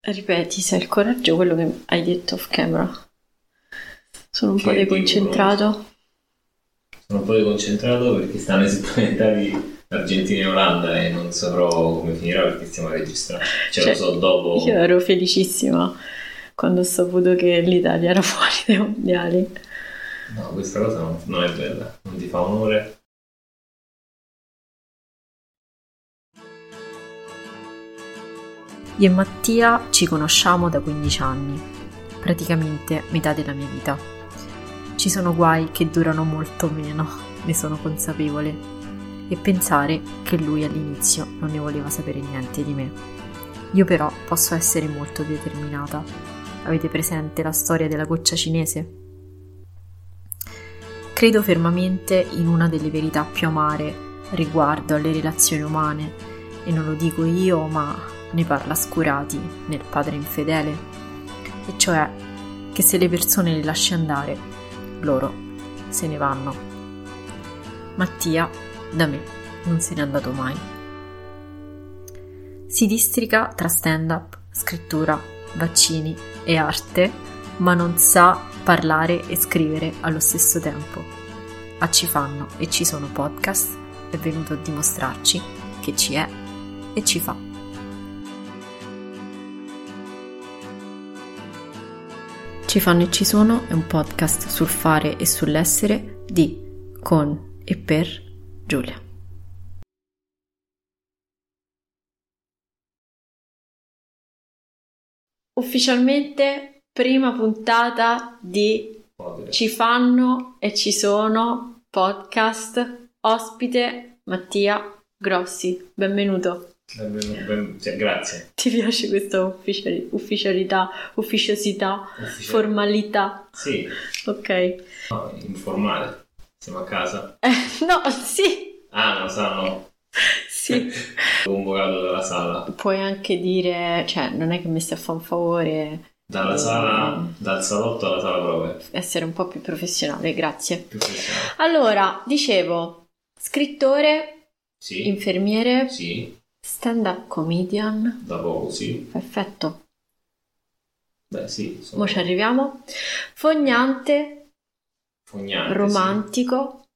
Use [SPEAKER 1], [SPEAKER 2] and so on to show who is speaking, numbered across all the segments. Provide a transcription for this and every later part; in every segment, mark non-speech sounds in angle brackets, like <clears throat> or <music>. [SPEAKER 1] Ripeti, se hai il coraggio, quello che hai detto off camera. Sono un
[SPEAKER 2] Che
[SPEAKER 1] po'
[SPEAKER 2] dico?
[SPEAKER 1] deconcentrato.
[SPEAKER 2] Sono un po' deconcentrato perché stanno esponentati Argentina e Olanda e non saprò come finirà perché stiamo a registrare. Cioè,
[SPEAKER 1] Cioè,
[SPEAKER 2] lo so dopo.
[SPEAKER 1] Io ero felicissima quando ho saputo che l'Italia era <laughs> fuori dai mondiali.
[SPEAKER 2] No, questa cosa non, non è bella, non ti fa onore.
[SPEAKER 3] Io e Mattia ci conosciamo da 15 anni, praticamente metà della mia vita. Ci sono guai che durano molto meno, ne sono consapevole. E pensare che lui all'inizio non ne voleva sapere niente di me. Io però posso essere molto determinata. Avete presente la storia della goccia cinese? Credo fermamente in una delle verità più amare riguardo alle relazioni umane e non lo dico io, ma ne parla Scurati nel Padre Infedele, e cioè che se le persone le lasci andare, loro se ne vanno. Mattia, da me, non se n'è andato mai. Si districa tra stand-up, scrittura, vaccini e arte, ma non sa parlare e scrivere allo stesso tempo. A Ci Fanno e Ci Sono Podcast è venuto a dimostrarci che ci è e ci fa. Ci fanno e ci sono è un podcast sul fare e sull'essere di, con e per Giulia.
[SPEAKER 1] Ufficialmente, prima puntata di
[SPEAKER 2] Povero.
[SPEAKER 1] Ci fanno e ci sono podcast. Ospite Mattia Grossi, benvenuto.
[SPEAKER 2] Eh, ben- ben- cioè, grazie.
[SPEAKER 1] Ti piace questa ufficiali- ufficialità, ufficiosità,
[SPEAKER 2] Ufficiale.
[SPEAKER 1] formalità?
[SPEAKER 2] sì,
[SPEAKER 1] Ok.
[SPEAKER 2] no, informale. Siamo a casa.
[SPEAKER 1] <laughs> No, sì,
[SPEAKER 2] Ah, non sanno. <laughs>
[SPEAKER 1] sì.
[SPEAKER 2] Convocato dalla sala.
[SPEAKER 1] Puoi anche dire, cioè, non è che mi stai a fare un favore
[SPEAKER 2] Dalla sala, dal salotto alla sala prove.
[SPEAKER 1] essere un po' più professionale, grazie.
[SPEAKER 2] Più professionale.
[SPEAKER 1] Allora, dicevo, scrittore,
[SPEAKER 2] Sì.
[SPEAKER 1] infermiere,
[SPEAKER 2] Sì,
[SPEAKER 1] stand-up comedian,
[SPEAKER 2] da poco sì.
[SPEAKER 1] perfetto,
[SPEAKER 2] Beh, sì. Sono
[SPEAKER 1] mo ci arriviamo. Fognante,
[SPEAKER 2] fognante. sì.
[SPEAKER 1] romantico,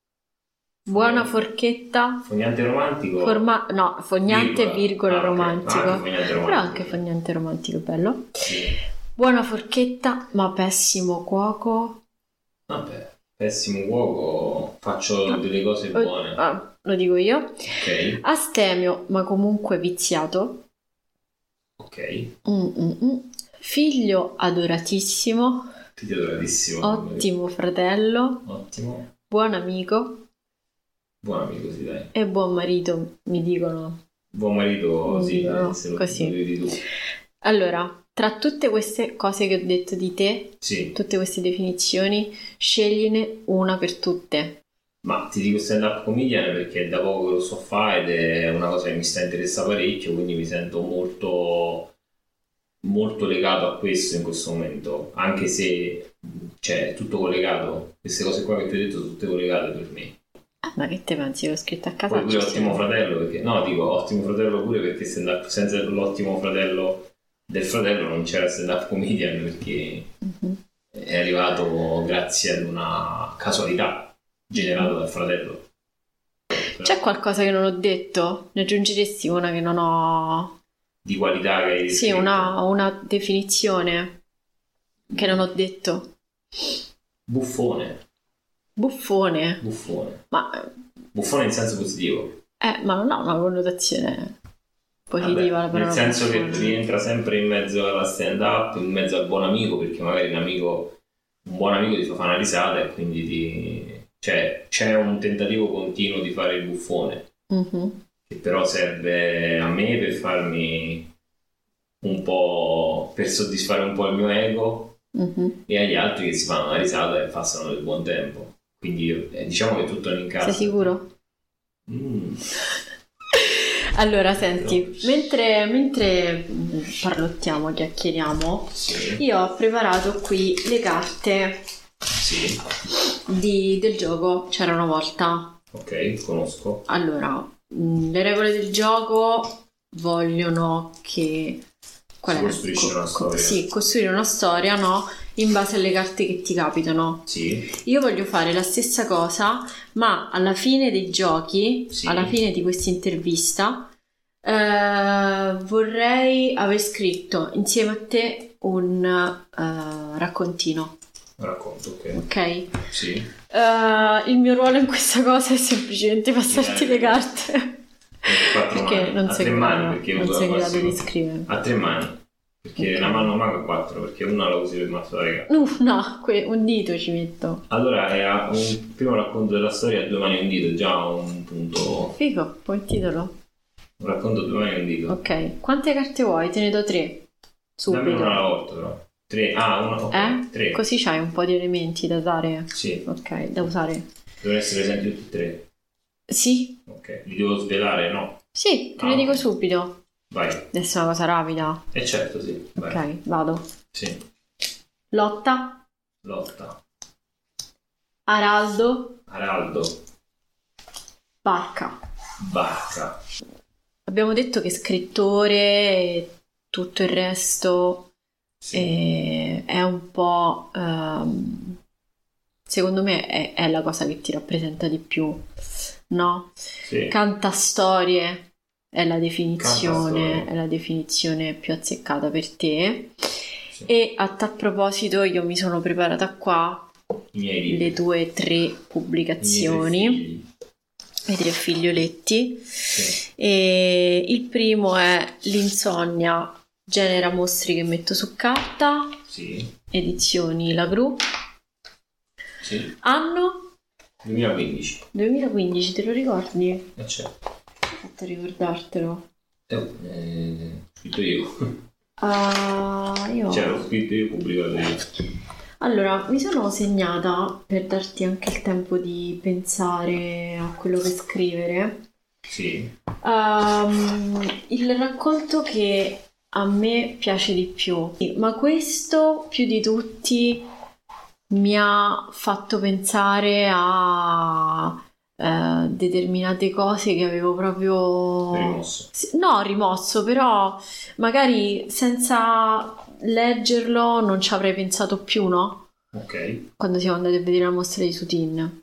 [SPEAKER 1] buona
[SPEAKER 2] Fognante.
[SPEAKER 1] forchetta,
[SPEAKER 2] Fognante romantico.
[SPEAKER 1] forma- no, fognante, virgola,
[SPEAKER 2] Ah, ok.
[SPEAKER 1] romantico.
[SPEAKER 2] Ah, anche fognante romantico.
[SPEAKER 1] Però anche fognante romantico, bello.
[SPEAKER 2] Sì.
[SPEAKER 1] Buona forchetta, ma pessimo cuoco.
[SPEAKER 2] Vabbè, pessimo uovo, faccio delle cose
[SPEAKER 1] Oh,
[SPEAKER 2] buone.
[SPEAKER 1] ah, lo dico io.
[SPEAKER 2] Ok,
[SPEAKER 1] Astemio, ma comunque viziato.
[SPEAKER 2] ok.
[SPEAKER 1] Mm, mm, mm. Figlio adoratissimo,
[SPEAKER 2] Ti ti adoratissimo.
[SPEAKER 1] ottimo fratello,
[SPEAKER 2] Ottimo.
[SPEAKER 1] buon amico
[SPEAKER 2] Buon amico, sì, dai.
[SPEAKER 1] e buon marito, mi dicono.
[SPEAKER 2] Buon marito, sì,
[SPEAKER 1] Mm, No,
[SPEAKER 2] se lo
[SPEAKER 1] così.
[SPEAKER 2] lo vedi tu.
[SPEAKER 1] Allora, tra tutte queste cose che ho detto di te,
[SPEAKER 2] Sì,
[SPEAKER 1] tutte queste definizioni, scegliene una per tutte.
[SPEAKER 2] ma ti dico stand up comedian perché da poco che lo so fare ed è una cosa che mi sta interessa parecchio, quindi mi sento molto, molto legato a questo in questo momento, anche se cioè, è tutto collegato, queste cose qua che ti ho detto sono tutte collegate per me.
[SPEAKER 1] Ah, Ma che te pensi? L'ho scritto a casa. Mhm.
[SPEAKER 2] Poi pure
[SPEAKER 1] Ci siamo.
[SPEAKER 2] ottimo fratello, perché no, dico ottimo fratello pure perché stand up- senza l'ottimo fratello del fratello non c'era stand up comedian perché
[SPEAKER 1] Mhm.
[SPEAKER 2] è arrivato grazie ad una casualità generata dal fratello.
[SPEAKER 1] C'è qualcosa che non ho detto? Ne aggiungeresti una che non ho
[SPEAKER 2] Di qualità che hai
[SPEAKER 1] Sì,
[SPEAKER 2] descritto.
[SPEAKER 1] una, una definizione che non ho detto.
[SPEAKER 2] Buffone,
[SPEAKER 1] Buffone,
[SPEAKER 2] buffone.
[SPEAKER 1] ma,
[SPEAKER 2] Buffone in senso positivo.
[SPEAKER 1] eh, ma non ha una connotazione positiva la
[SPEAKER 2] Vabbè,
[SPEAKER 1] parola.
[SPEAKER 2] nel senso che
[SPEAKER 1] buffone.
[SPEAKER 2] rientra sempre in mezzo alla stand up, in mezzo al buon amico, perché magari un amico, un buon amico ti fa fare una risata e quindi ti... Cioè, c'è un tentativo continuo di fare il buffone.
[SPEAKER 1] Mhm.
[SPEAKER 2] che però serve a me per farmi un po' per soddisfare un po' il mio ego
[SPEAKER 1] mhm.
[SPEAKER 2] e agli altri che si fanno una risata e passano del buon tempo. Quindi eh, diciamo che tutto è un incasso.
[SPEAKER 1] Sei sicuro?
[SPEAKER 2] Mm,
[SPEAKER 1] Allora, senti, mentre, mentre mh, parlottiamo, chiacchieriamo,
[SPEAKER 2] sì,
[SPEAKER 1] io ho preparato qui le carte
[SPEAKER 2] sì,
[SPEAKER 1] di- del gioco C'era una volta.
[SPEAKER 2] ok, conosco.
[SPEAKER 1] mm, Allora, mh, le regole del gioco vogliono che Qual
[SPEAKER 2] Si
[SPEAKER 1] è?
[SPEAKER 2] costruisce una storia.
[SPEAKER 1] sì, costruire una storia, no? In base alle carte che ti capitano.
[SPEAKER 2] Sì,
[SPEAKER 1] Io voglio fare la stessa cosa, ma alla fine dei giochi,
[SPEAKER 2] Sì.
[SPEAKER 1] alla fine di questa intervista, eh, vorrei aver scritto insieme a te un eh, raccontino,
[SPEAKER 2] racconto, ok.
[SPEAKER 1] ok?
[SPEAKER 2] Sì.
[SPEAKER 1] Eh, il mio ruolo in questa cosa è semplicemente passarti
[SPEAKER 2] eh.
[SPEAKER 1] le carte.
[SPEAKER 2] Con quattro
[SPEAKER 1] Perché
[SPEAKER 2] mani.
[SPEAKER 1] non
[SPEAKER 2] a
[SPEAKER 1] sei
[SPEAKER 2] tre
[SPEAKER 1] in
[SPEAKER 2] mani
[SPEAKER 1] grado
[SPEAKER 2] Ah, perché
[SPEAKER 1] non
[SPEAKER 2] uso
[SPEAKER 1] sei in
[SPEAKER 2] la
[SPEAKER 1] grado
[SPEAKER 2] prossima-
[SPEAKER 1] di scrivere.
[SPEAKER 2] A tre mani. Perché
[SPEAKER 1] Ok.
[SPEAKER 2] la mano maga a quattro, perché una la usi per mazzolare carte.
[SPEAKER 1] Uh, no, <laughs> que- un dito ci metto.
[SPEAKER 2] Allora era un primo racconto della storia a due mani e un dito, già un punto.
[SPEAKER 1] Figo, buon titolo.
[SPEAKER 2] Un racconto a due mani e un dito.
[SPEAKER 1] Ok, quante carte vuoi? Te ne do tre.
[SPEAKER 2] Dammi una alla
[SPEAKER 1] Subito.
[SPEAKER 2] volta però. Tre. Ah, una. ok,
[SPEAKER 1] Eh?
[SPEAKER 2] Tre.
[SPEAKER 1] Così c'hai un po' di elementi da dare.
[SPEAKER 2] Sì,
[SPEAKER 1] Ok, da usare.
[SPEAKER 2] devono essere presenti tutti e tre.
[SPEAKER 1] Sì?
[SPEAKER 2] Ok. Li devo svelare, no?
[SPEAKER 1] Sì, te
[SPEAKER 2] Ah.
[SPEAKER 1] lo dico subito.
[SPEAKER 2] Vai.
[SPEAKER 1] Adesso è una cosa rapida.
[SPEAKER 2] E certo, sì. Vai.
[SPEAKER 1] Ok, vado.
[SPEAKER 2] Sì.
[SPEAKER 1] Lotta,
[SPEAKER 2] Lotta.
[SPEAKER 1] Araldo,
[SPEAKER 2] Araldo.
[SPEAKER 1] Barca.
[SPEAKER 2] Barca.
[SPEAKER 1] Abbiamo detto che scrittore e tutto il resto
[SPEAKER 2] Sì.
[SPEAKER 1] e è un po' ehm, secondo me è, è la cosa che ti rappresenta di più no?
[SPEAKER 2] Sì.
[SPEAKER 1] canta storie è la definizione
[SPEAKER 2] Cantastorie.
[SPEAKER 1] è la definizione più azzeccata per te
[SPEAKER 2] Sì.
[SPEAKER 1] e a tal proposito io mi sono preparata qua
[SPEAKER 2] I miei libri.
[SPEAKER 1] le tue tre
[SPEAKER 2] I miei tre
[SPEAKER 1] pubblicazioni
[SPEAKER 2] figli.
[SPEAKER 1] i tre figlioletti
[SPEAKER 2] Sì.
[SPEAKER 1] e il primo è l'insonnia genera mostri che metto su carta
[SPEAKER 2] Sì.
[SPEAKER 1] edizioni La Gru,
[SPEAKER 2] Sì.
[SPEAKER 1] anno
[SPEAKER 2] 2015.
[SPEAKER 1] 2015, te lo ricordi?
[SPEAKER 2] E certo.
[SPEAKER 1] Ho fatto a ricordartelo.
[SPEAKER 2] Eh, eh, scritto io.
[SPEAKER 1] Ah, io...
[SPEAKER 2] Cioè, l'ho scritto io, pubblicato io.
[SPEAKER 1] Allora, mi sono segnata per darti anche il tempo di pensare a quello che scrivere.
[SPEAKER 2] Sì.
[SPEAKER 1] Ehm, il racconto che a me piace di più, ma questo più di tutti mi ha fatto pensare a eh, determinate cose che avevo proprio
[SPEAKER 2] Rimosso.
[SPEAKER 1] Sì, No, rimosso, però magari senza leggerlo non ci avrei pensato più, no?
[SPEAKER 2] Ok.
[SPEAKER 1] Quando siamo andati a vedere la mostra di Sutin.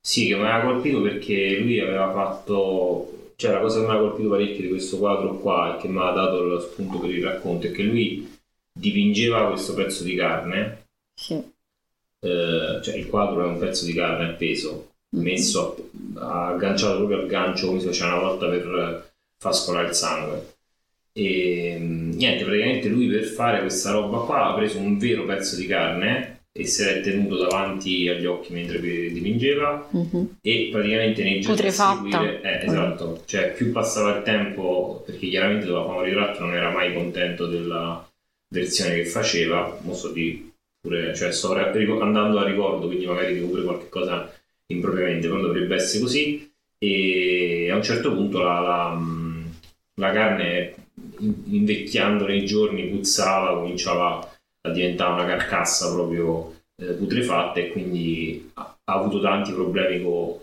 [SPEAKER 2] Sì, che mi aveva colpito perché lui aveva fatto, cioè la cosa che mi aveva colpito parecchio di questo quadro qua e che mi ha dato lo spunto per il racconto è che lui dipingeva questo pezzo di carne,
[SPEAKER 1] Sì. Mm.
[SPEAKER 2] eh, cioè il quadro è un pezzo di carne appeso, messo, a- agganciato proprio al gancio come si faceva una volta per eh, far scolare il sangue. E mm, niente, praticamente lui per fare questa roba qua ha preso un vero pezzo di carne e se l'è tenuto davanti agli occhi mentre dipingeva
[SPEAKER 1] Mhm.
[SPEAKER 2] e praticamente nei giorni a
[SPEAKER 1] Putrefatta.
[SPEAKER 2] seguire eh, esatto cioè più passava il tempo perché chiaramente doveva fare un ritratto non era mai contento della versione che faceva mo so di pure cioè sto ra- ric- andando a ricordo quindi magari dico pure qualche cosa impropriamente però dovrebbe essere così e a un certo punto la, la, mh, la carne in- invecchiando nei giorni puzzava cominciava a diventare una carcassa proprio eh, putrefatta e quindi ha, ha avuto tanti problemi con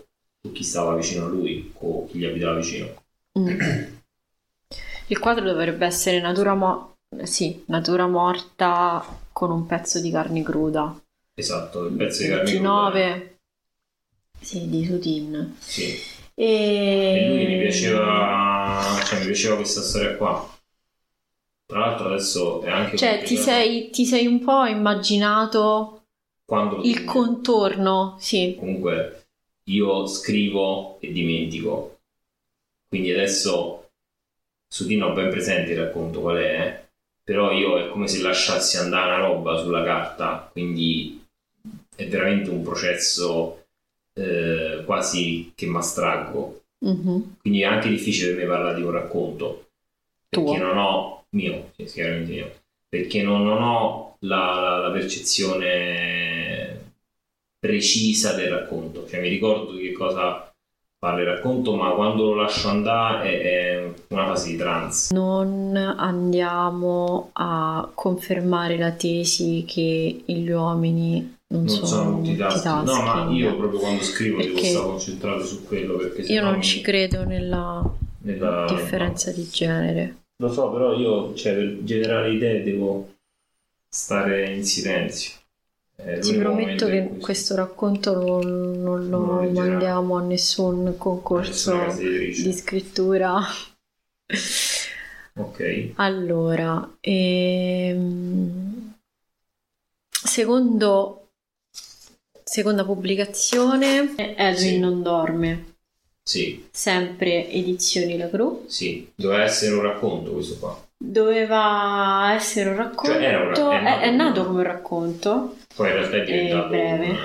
[SPEAKER 2] chi stava vicino a lui, con chi gli abitava vicino.
[SPEAKER 1] Mm. Il quadro dovrebbe essere natura, mo- sì, natura morta con un pezzo di carne cruda.
[SPEAKER 2] Esatto, il pezzo di carne cruda,
[SPEAKER 1] 29. Sì, di Sutin.
[SPEAKER 2] Sì.
[SPEAKER 1] E...
[SPEAKER 2] E lui mi piaceva, cioè, mi piaceva questa storia qua. Tra l'altro adesso è anche
[SPEAKER 1] Cioè, ti
[SPEAKER 2] complicato
[SPEAKER 1] sei, ti sei un po' immaginato
[SPEAKER 2] quando lo
[SPEAKER 1] il
[SPEAKER 2] scrivo.
[SPEAKER 1] contorno, sì.
[SPEAKER 2] Comunque io scrivo e dimentico. Quindi adesso su di ho ben presente il racconto qual è, eh. però io è come se lasciassi andare una roba sulla carta, quindi è veramente un processo eh, quasi che mi astraggo
[SPEAKER 1] Mhm.
[SPEAKER 2] quindi è anche difficile per me parlare di un racconto perché
[SPEAKER 1] Tuo.
[SPEAKER 2] non ho mio, sì, sì, chiaramente mio, perché non, non ho la, la- la percezione precisa del racconto, cioè mi ricordo di che cosa parla il racconto, ma quando lo lascio andare è, è una fase di trance.
[SPEAKER 1] Non andiamo a confermare la tesi che gli uomini non,
[SPEAKER 2] Non sono multitasking. No, ma
[SPEAKER 1] multitasking.
[SPEAKER 2] io proprio quando scrivo devo
[SPEAKER 1] Perché
[SPEAKER 2] stare concentrato su quello perché
[SPEAKER 1] Io
[SPEAKER 2] sennò
[SPEAKER 1] non
[SPEAKER 2] mi-
[SPEAKER 1] ci credo nella
[SPEAKER 2] nella-
[SPEAKER 1] differenza di genere.
[SPEAKER 2] Lo so, però io, cioè, per generare idee devo stare in silenzio. È
[SPEAKER 1] Ti
[SPEAKER 2] l'unico
[SPEAKER 1] prometto
[SPEAKER 2] momento in
[SPEAKER 1] che
[SPEAKER 2] cui-
[SPEAKER 1] questo racconto non, non lo
[SPEAKER 2] Non lo leggerà.
[SPEAKER 1] mandiamo a nessun concorso
[SPEAKER 2] Nessuna casa editrice.
[SPEAKER 1] di scrittura.
[SPEAKER 2] Ok.
[SPEAKER 1] Allora, ehm, secondo, seconda pubblicazione, Edwin
[SPEAKER 2] Sì.
[SPEAKER 1] non dorme,
[SPEAKER 2] Sì,
[SPEAKER 1] sempre edizioni La Cru.
[SPEAKER 2] sì. Doveva essere un racconto questo qua.
[SPEAKER 1] Doveva essere un racconto,
[SPEAKER 2] Cioè, era un ra-
[SPEAKER 1] è, è
[SPEAKER 2] è nato
[SPEAKER 1] nato
[SPEAKER 2] come-
[SPEAKER 1] come un racconto
[SPEAKER 2] Poi in realtà è diventato
[SPEAKER 1] Eh, breve.
[SPEAKER 2] un-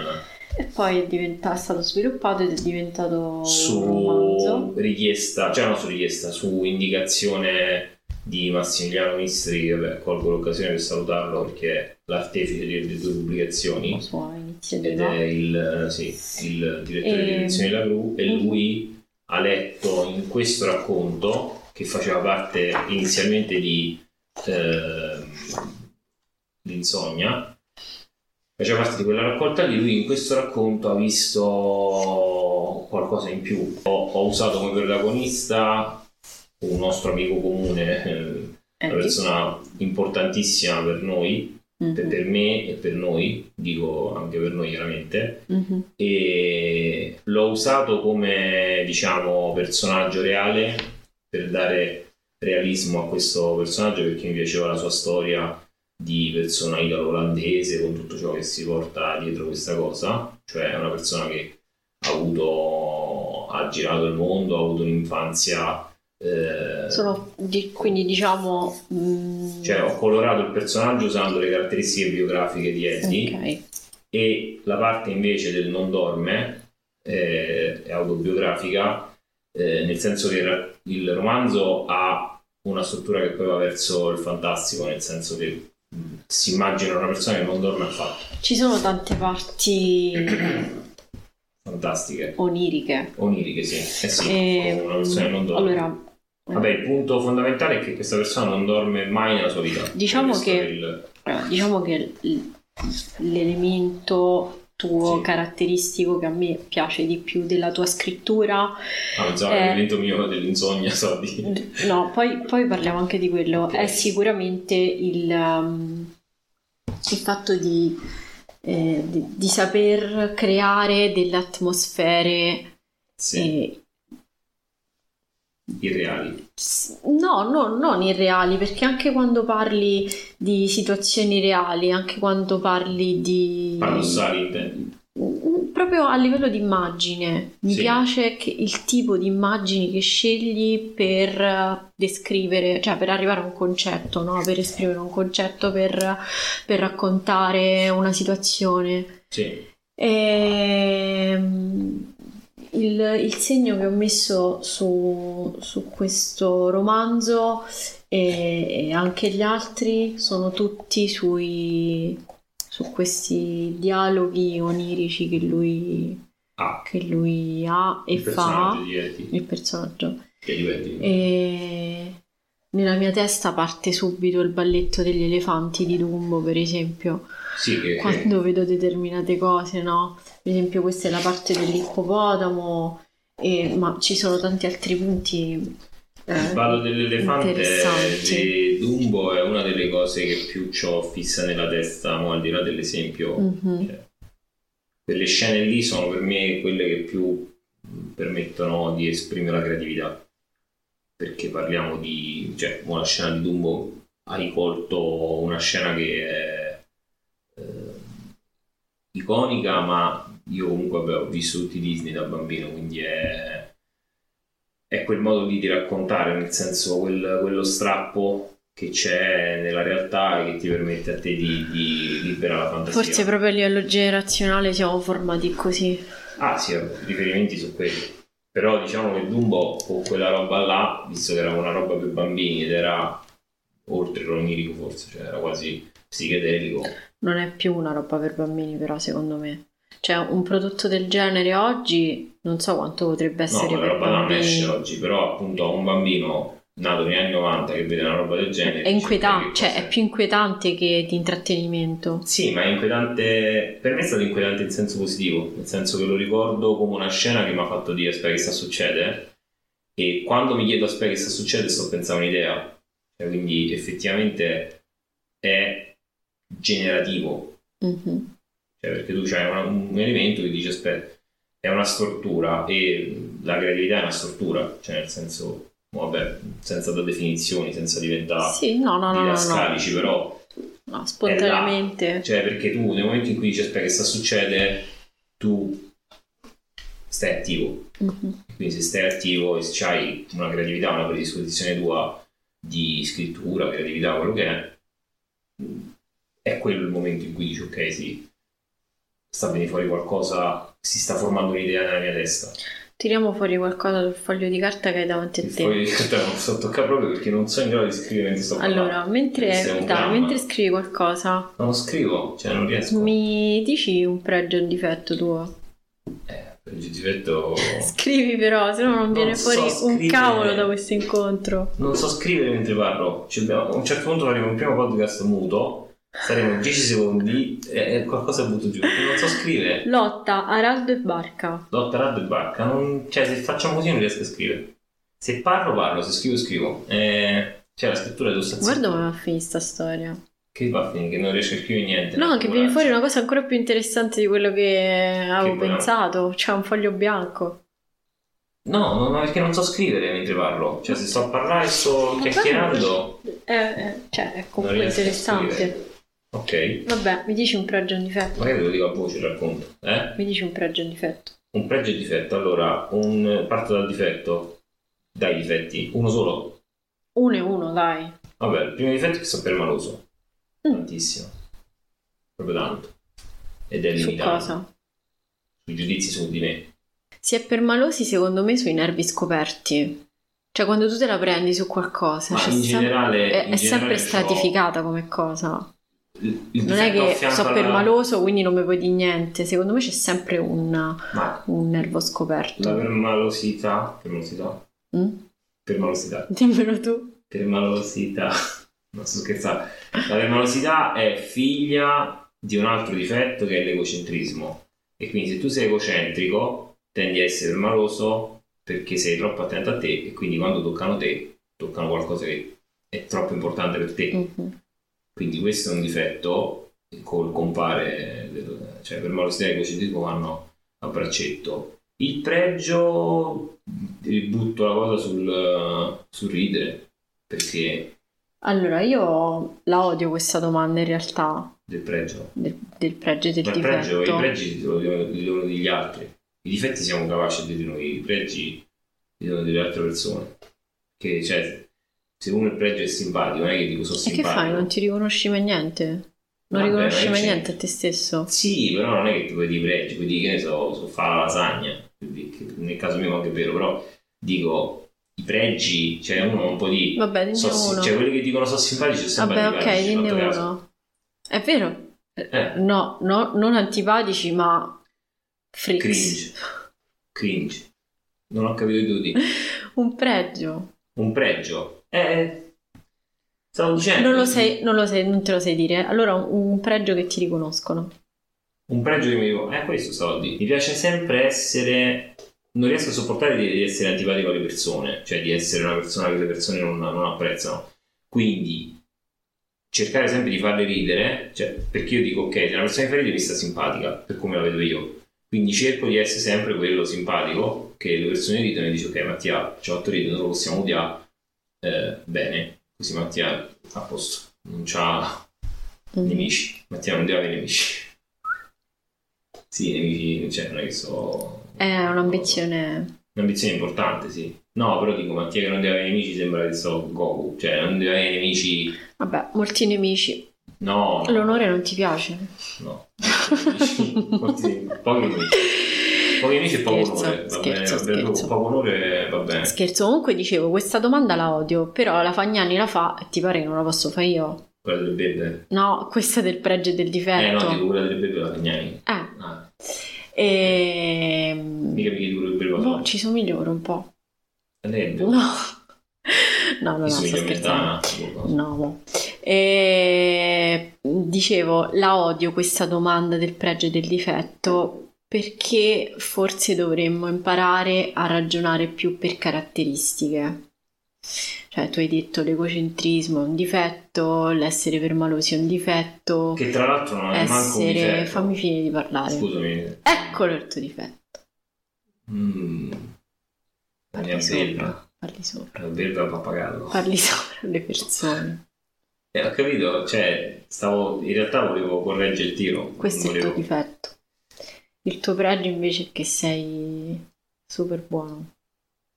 [SPEAKER 2] eh,
[SPEAKER 1] e poi è, diventa- è stato sviluppato ed è diventato un romanzo.
[SPEAKER 2] su richiesta, cioè non su richiesta, su indicazione di Massimiliano Mistri, vabbè, colgo l'occasione per salutarlo perché è l'artefice di- delle due pubblicazioni
[SPEAKER 1] Sua
[SPEAKER 2] ed
[SPEAKER 1] iniziativa.
[SPEAKER 2] è il, eh, sì, il direttore di
[SPEAKER 1] Ehm.
[SPEAKER 2] edizioni La Gru e
[SPEAKER 1] Mhm.
[SPEAKER 2] lui ha letto in questo racconto che faceva parte inizialmente di ehm, l'insonnia faceva parte di quella raccolta lì lui in questo racconto ha visto qualcosa in più ho, ho usato come protagonista un nostro amico comune eh, una
[SPEAKER 1] Eddie.
[SPEAKER 2] persona importantissima per noi
[SPEAKER 1] Mhm,
[SPEAKER 2] per, per me e per noi, dico anche per noi chiaramente,
[SPEAKER 1] mhm.
[SPEAKER 2] e l'ho usato come diciamo personaggio reale per dare realismo a questo personaggio perché mi piaceva la sua storia di persona italo-olandese con tutto ciò che si porta dietro questa cosa, cioè è una persona che ha avuto ha girato il mondo, ha avuto un'infanzia eh,
[SPEAKER 1] Sono di- quindi diciamo... mm,
[SPEAKER 2] cioè ho colorato il personaggio usando le caratteristiche biografiche di Eddie
[SPEAKER 1] ok.
[SPEAKER 2] e la parte invece del non dorme eh, è autobiografica, eh, nel senso che il ra- il romanzo ha una struttura che poi va verso il fantastico, nel senso che mh, si immagina una persona che non dorme affatto,
[SPEAKER 1] Ci sono tante parti <clears throat>
[SPEAKER 2] fantastiche,
[SPEAKER 1] oniriche.
[SPEAKER 2] oniriche sì, eh sì,
[SPEAKER 1] Ehm,
[SPEAKER 2] con una persona che non dorme.
[SPEAKER 1] allora,
[SPEAKER 2] Vabbè, il punto fondamentale è che questa persona non dorme mai nella sua vita.
[SPEAKER 1] Diciamo
[SPEAKER 2] Questo
[SPEAKER 1] che-
[SPEAKER 2] è il-
[SPEAKER 1] eh, diciamo che l- l'elemento tuo
[SPEAKER 2] Sì.
[SPEAKER 1] caratteristico che a me piace di più della tua scrittura,
[SPEAKER 2] <clears throat> Ah, pensavo
[SPEAKER 1] Eh.
[SPEAKER 2] l'elemento mio <laughs> dell'insonnia, so di...
[SPEAKER 1] no, poi, poi parliamo anche di quello, è sicuramente il, um, il fatto di, eh, di- di saper creare delle atmosfere
[SPEAKER 2] Sì,
[SPEAKER 1] eh,
[SPEAKER 2] irreali.
[SPEAKER 1] S- No, no, non irreali, perché anche quando parli di situazioni reali, anche quando parli di...
[SPEAKER 2] Paradossali, intendo.
[SPEAKER 1] Mm, Proprio a livello di immagine, mi
[SPEAKER 2] Sì.
[SPEAKER 1] piace che il tipo di immagini che scegli per eh, descrivere, cioè per arrivare a un concetto, no? per esprimere un concetto, per, per raccontare una situazione.
[SPEAKER 2] Sì.
[SPEAKER 1] Ehm, il, il segno che ho messo su, su questo romanzo e, e anche gli altri sono tutti sui, su questi dialoghi onirici che lui,
[SPEAKER 2] Ah.
[SPEAKER 1] che lui ha e
[SPEAKER 2] il
[SPEAKER 1] fa
[SPEAKER 2] personaggio di Eddie,
[SPEAKER 1] il personaggio.
[SPEAKER 2] che di Eddie.
[SPEAKER 1] Eh, E nella mia testa parte subito il balletto degli elefanti di Dumbo, per esempio
[SPEAKER 2] sì, che, che-
[SPEAKER 1] quando vedo determinate cose, no? Per esempio, questa è la parte dell'ippopotamo, e- ma ci sono tanti altri punti. eh,
[SPEAKER 2] il ballo dell'elefante eh,
[SPEAKER 1] interessanti.
[SPEAKER 2] di Dumbo è una delle cose che più ho fissa nella testa, mo, al di là dell'esempio.
[SPEAKER 1] mhm.
[SPEAKER 2] Quelle scene lì sono per me quelle che più permettono di esprimere la creatività. Perché parliamo di... cioè, mo, la scena di Dumbo ha ricolto una scena che è eh, iconica, ma io comunque vabbè, ho visto tutti i Disney da bambino, quindi è, è quel modo lì di raccontare, nel senso quel- quello strappo che c'è nella realtà e che ti permette a te di, di liberare la fantasia.
[SPEAKER 1] Forse proprio a livello generazionale siamo formati così.
[SPEAKER 2] Ah sì, vabbè, riferimenti su quelli. Però diciamo che Dumbo con quella roba là, visto che era una roba per bambini ed era oltre l'onirico forse, cioè era quasi psichedelico.
[SPEAKER 1] Non è più una roba per bambini, però, secondo me. Cioè, un prodotto del genere oggi non so quanto potrebbe
[SPEAKER 2] No,
[SPEAKER 1] essere
[SPEAKER 2] quella
[SPEAKER 1] per
[SPEAKER 2] roba là non esce
[SPEAKER 1] bambini.
[SPEAKER 2] oggi, però appunto a un bambino nato negli anni 90 che vede una roba del
[SPEAKER 1] È
[SPEAKER 2] genere... dice,
[SPEAKER 1] inquietante,
[SPEAKER 2] "Che
[SPEAKER 1] cioè
[SPEAKER 2] cos'è?"
[SPEAKER 1] è più inquietante che di intrattenimento.
[SPEAKER 2] Sì, ma è inquietante, per me è stato inquietante in senso positivo, nel senso che lo ricordo come una scena che mi ha fatto dire aspetta che sta succede e quando mi chiedo aspetta che sta succede sto pensando a un'idea, Cioè, quindi effettivamente è generativo,
[SPEAKER 1] Mhm.
[SPEAKER 2] cioè, perché tu c'hai una- un elemento che dice aspetta, è una stortura e la creatività è una stortura, cioè nel senso, vabbè, senza da definizioni, senza diventare
[SPEAKER 1] Sì, no, no, no, no, no.
[SPEAKER 2] didascalici, però
[SPEAKER 1] No, spontaneamente.
[SPEAKER 2] Cioè, perché tu nel momento in cui dici aspetta che sta succede, tu stai attivo.
[SPEAKER 1] Mhm.
[SPEAKER 2] Quindi se stai attivo e se hai una creatività, una predisposizione tua di scrittura, creatività, quello che è, è quello il momento in cui dici ok, sì, sta venendo fuori qualcosa, si sta formando un'idea nella mia testa.
[SPEAKER 1] Tiriamo fuori qualcosa dal foglio di carta che hai davanti a
[SPEAKER 2] Il
[SPEAKER 1] te.
[SPEAKER 2] <laughs> foglio di carta non lo sto toccando proprio perché non sono in grado di scrivere mentre sto parlando.
[SPEAKER 1] Allora, mentre,
[SPEAKER 2] Questo è un
[SPEAKER 1] dai,
[SPEAKER 2] dramma.
[SPEAKER 1] mentre scrivi qualcosa,
[SPEAKER 2] Non lo scrivo, cioè non riesco.
[SPEAKER 1] mi dici un pregio e un difetto tuo?
[SPEAKER 2] Eh, per il difetto...
[SPEAKER 1] Scrivi però, se no non
[SPEAKER 2] Ecco. Non
[SPEAKER 1] viene
[SPEAKER 2] so
[SPEAKER 1] fuori un
[SPEAKER 2] scrivere.
[SPEAKER 1] cavolo da questo incontro.
[SPEAKER 2] Non so scrivere mentre parlo. Ci abbiamo- a un certo punto faremo il primo podcast muto. Saremo 10 secondi e, e qualcosa butto giù. Non so scrivere.
[SPEAKER 1] Lotta, Araldo e Barca.
[SPEAKER 2] Lotta, rad e barca. Non- cioè, se facciamo così non riesco a scrivere. Se parlo, parlo. Se scrivo, scrivo. Eh, cioè, la scrittura è tu sta
[SPEAKER 1] Guarda
[SPEAKER 2] zitto.
[SPEAKER 1] come va a finire sta storia.
[SPEAKER 2] Che va a finire? Che non riesco a scrivere niente.
[SPEAKER 1] No, che viene fuori
[SPEAKER 2] Coraggio.
[SPEAKER 1] una cosa ancora più interessante di quello che avevo
[SPEAKER 2] bravo.
[SPEAKER 1] pensato. C'è un foglio bianco.
[SPEAKER 2] No, no, ma perché non so scrivere mentre parlo. Cioè, se sto a parlare e sto
[SPEAKER 1] Ma
[SPEAKER 2] chiacchierando...
[SPEAKER 1] Eh, eh, cioè, è
[SPEAKER 2] non
[SPEAKER 1] comunque
[SPEAKER 2] riesco a
[SPEAKER 1] interessante.
[SPEAKER 2] scrivere. Ok.
[SPEAKER 1] Vabbè, mi dici un pregio e un difetto.
[SPEAKER 2] Magari ve lo dico a voce, il racconto. Eh?
[SPEAKER 1] Mi dici un pregio e un difetto.
[SPEAKER 2] Un pregio e difetto, allora, un... parto dal difetto, dai difetti, uno solo.
[SPEAKER 1] Uno e uno, dai.
[SPEAKER 2] Vabbè, il primo difetto è che sono permaloso,
[SPEAKER 1] Mm.
[SPEAKER 2] tantissimo, proprio tanto. Ed è
[SPEAKER 1] Su
[SPEAKER 2] limitato.
[SPEAKER 1] cosa?
[SPEAKER 2] Sui giudizi su di me.
[SPEAKER 1] Si è permalosi secondo me sui nervi scoperti. Cioè quando tu te la prendi su qualcosa,
[SPEAKER 2] Ma
[SPEAKER 1] c'è
[SPEAKER 2] in
[SPEAKER 1] sem-
[SPEAKER 2] generale...
[SPEAKER 1] è,
[SPEAKER 2] in
[SPEAKER 1] è sempre
[SPEAKER 2] generale
[SPEAKER 1] stratificata come cosa.
[SPEAKER 2] c'ho il- il
[SPEAKER 1] Non è
[SPEAKER 2] difetto a
[SPEAKER 1] che
[SPEAKER 2] fianco
[SPEAKER 1] so
[SPEAKER 2] alla-
[SPEAKER 1] permaloso quindi non mi puoi dire niente. Secondo me c'è sempre un,
[SPEAKER 2] Ma
[SPEAKER 1] un nervo
[SPEAKER 2] la
[SPEAKER 1] scoperto.
[SPEAKER 2] permalosità... Permalosità?
[SPEAKER 1] Mm?
[SPEAKER 2] Permalosità.
[SPEAKER 1] Dimmelo tu.
[SPEAKER 2] Permalosità. <laughs> Non sto scherzando. La permalosità è figlia di un altro difetto che è l'egocentrismo. E quindi se tu sei egocentrico, tendi a essere permaloso perché sei troppo attento a te e quindi quando toccano te, toccano qualcosa che è troppo importante per te.
[SPEAKER 1] Mhm.
[SPEAKER 2] Quindi questo è un difetto col compare, del- cioè permalosità e egocentrismo vanno a braccetto. Il pregio, eh, butto la cosa sul, eh, sul ridere, perché
[SPEAKER 1] Allora, io la odio questa domanda in realtà
[SPEAKER 2] del pregio.
[SPEAKER 1] del, del pregio e del
[SPEAKER 2] Ma il
[SPEAKER 1] difetto.
[SPEAKER 2] pregio, i pregi li devono, li devono dire gli altri. I difetti siamo capaci di dire noi, i pregi li devono dire le altre persone. Che, cioè, se uno il pregio è simpatico, non è che dico sono
[SPEAKER 1] e che
[SPEAKER 2] simpatico.
[SPEAKER 1] fai? Non ti riconosci mai niente? Non
[SPEAKER 2] Vabbè,
[SPEAKER 1] riconosci
[SPEAKER 2] ma
[SPEAKER 1] mai
[SPEAKER 2] io ci-
[SPEAKER 1] niente a te stesso?
[SPEAKER 2] Sì, però non è che ti puoi dire pregi, puoi dire che ne so, so fare la lasagna. Quindi, che nel caso mio anche è vero, però dico i pregi, cioè uno non può dire.
[SPEAKER 1] Vabbè, dimmi
[SPEAKER 2] so-
[SPEAKER 1] uno.
[SPEAKER 2] cioè, quelli che dicono sono simpatici sono
[SPEAKER 1] Vabbè,
[SPEAKER 2] simpatici.
[SPEAKER 1] ok,
[SPEAKER 2] ci ho
[SPEAKER 1] dimmi
[SPEAKER 2] fatto caso.
[SPEAKER 1] uno. È vero?
[SPEAKER 2] Eh.
[SPEAKER 1] No, no, non antipatici, ma freaks.
[SPEAKER 2] Cringe. Cringe. Non ho capito che devo dire.
[SPEAKER 1] Un pregio.
[SPEAKER 2] un pregio. Eh, stavo dicendo. mm,
[SPEAKER 1] Non lo, sei, non lo sei, non te lo sai dire. Allora, un un pregio che ti riconoscono.
[SPEAKER 2] Un pregio che mi dico, eh, questo stavo a dire. Mi piace sempre essere. Non riesco a sopportare di, di essere antipatico alle persone, cioè di essere una persona che le persone non, non apprezzano. Quindi cercare sempre di farle ridere, cioè, perché io dico, ok, se una persona mi fa ridere mi sta simpatica, per come la vedo io. Quindi cerco di essere sempre quello simpatico che le persone ridono e dice, ok, Mattia, ci ho fatto ridere, non lo possiamo odiare. Eh, bene, così Mattia è a posto, non c'ha
[SPEAKER 1] Mm.
[SPEAKER 2] nemici. Mattia non deve avere nemici. Sì, nemici, cioè non è che so...
[SPEAKER 1] È un'ambizione.
[SPEAKER 2] Un'ambizione importante, sì. No, però dico, Mattia che non deve avere nemici sembra che so Goku, cioè non deve avere nemici...
[SPEAKER 1] Vabbè, molti nemici.
[SPEAKER 2] No, no,
[SPEAKER 1] L'onore non ti piace.
[SPEAKER 2] no. Molti- pochi nemici. Pochi nemici e poco
[SPEAKER 1] Scherzo,
[SPEAKER 2] onore, va bene,
[SPEAKER 1] scherzo,
[SPEAKER 2] va bene,
[SPEAKER 1] scherzo.
[SPEAKER 2] poco onore va bene.
[SPEAKER 1] Scherzo, comunque dicevo, questa domanda la odio, però la Fagnani la fa e ti pare che non la posso fare io.
[SPEAKER 2] Quella delle bebbe.
[SPEAKER 1] No, questa è del pregio e del
[SPEAKER 2] Eh no,
[SPEAKER 1] difetto.
[SPEAKER 2] dico quella delle bebbe la Pagnani.
[SPEAKER 1] Eh,
[SPEAKER 2] Ah,
[SPEAKER 1] ehm,
[SPEAKER 2] mica mi chiedi quello che beveva.
[SPEAKER 1] boh, ci somiglio ora un po'.
[SPEAKER 2] Lei è bella.
[SPEAKER 1] No, <laughs> no, no, no,
[SPEAKER 2] Mi
[SPEAKER 1] sto
[SPEAKER 2] somiglia a
[SPEAKER 1] scherzando.
[SPEAKER 2] Mentana, tipo, no.
[SPEAKER 1] No, no. E, dicevo, la odio questa domanda del pregio e del difetto perché forse dovremmo imparare a ragionare più per caratteristiche. Cioè, tu hai detto l'egocentrismo è un difetto, l'essere permalosi è un difetto,
[SPEAKER 2] Che tra l'altro non è manco un certo.
[SPEAKER 1] essere...
[SPEAKER 2] difetto.
[SPEAKER 1] Eh, Fammi finire di parlare. Ecco
[SPEAKER 2] Scusami.
[SPEAKER 1] Eccolo il tuo difetto.
[SPEAKER 2] Mm. La mia
[SPEAKER 1] Parli
[SPEAKER 2] belva.
[SPEAKER 1] sopra, parli sopra,
[SPEAKER 2] La belva pappagallo.
[SPEAKER 1] parli <laughs> sopra le persone.
[SPEAKER 2] Eh, ho capito, cioè, stavo, in realtà volevo correggere il tiro.
[SPEAKER 1] Questo è il
[SPEAKER 2] volevo...
[SPEAKER 1] tuo difetto. Il tuo pregio invece è che sei super buono.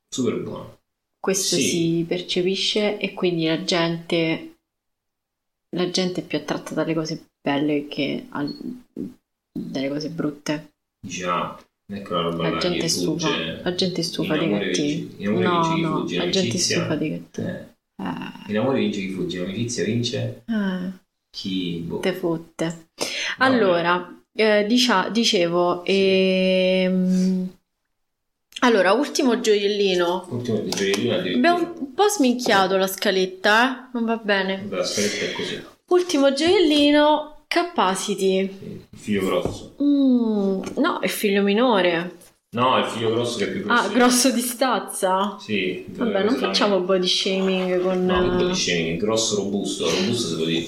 [SPEAKER 2] Super buono.
[SPEAKER 1] Questo
[SPEAKER 2] Sì.
[SPEAKER 1] si percepisce e quindi la gente, la gente è più attratta dalle cose belle che al- dalle cose brutte.
[SPEAKER 2] Dice, ah, ecco la roba
[SPEAKER 1] La
[SPEAKER 2] là
[SPEAKER 1] gente
[SPEAKER 2] che
[SPEAKER 1] è stufa,
[SPEAKER 2] fugge.
[SPEAKER 1] la gente è stufa
[SPEAKER 2] In
[SPEAKER 1] dei
[SPEAKER 2] amore
[SPEAKER 1] cattivi.
[SPEAKER 2] vinci- in amore
[SPEAKER 1] no,
[SPEAKER 2] vinci chi
[SPEAKER 1] no,
[SPEAKER 2] fugge,
[SPEAKER 1] la gente è
[SPEAKER 2] l'amicizia?
[SPEAKER 1] stufa dei cattivi.
[SPEAKER 2] Eh,
[SPEAKER 1] Eh,
[SPEAKER 2] in amore vince chi fugge, in amicizia vince
[SPEAKER 1] eh.
[SPEAKER 2] chi... Boh.
[SPEAKER 1] Te fotte.
[SPEAKER 2] Vabbè.
[SPEAKER 1] Allora, eh, dicia- dicevo, ehm, allora, ultimo gioiellino.
[SPEAKER 2] Ultimo di gioiellino addirittura.
[SPEAKER 1] Abbiamo un po' sminchiato la scaletta, eh? Non va bene.
[SPEAKER 2] Vabbè, La scaletta è così.
[SPEAKER 1] Ultimo gioiellino, Capacity.
[SPEAKER 2] sì. Il figlio grosso.
[SPEAKER 1] Mm, no, è figlio minore.
[SPEAKER 2] No, il figlio grosso che è più grosso.
[SPEAKER 1] Ah,
[SPEAKER 2] di-
[SPEAKER 1] grosso di stazza.
[SPEAKER 2] Sì.
[SPEAKER 1] Vabbè, non facciamo body shaming con
[SPEAKER 2] No, che
[SPEAKER 1] eh,
[SPEAKER 2] body shaming, grosso, robusto. Robusto si può dire.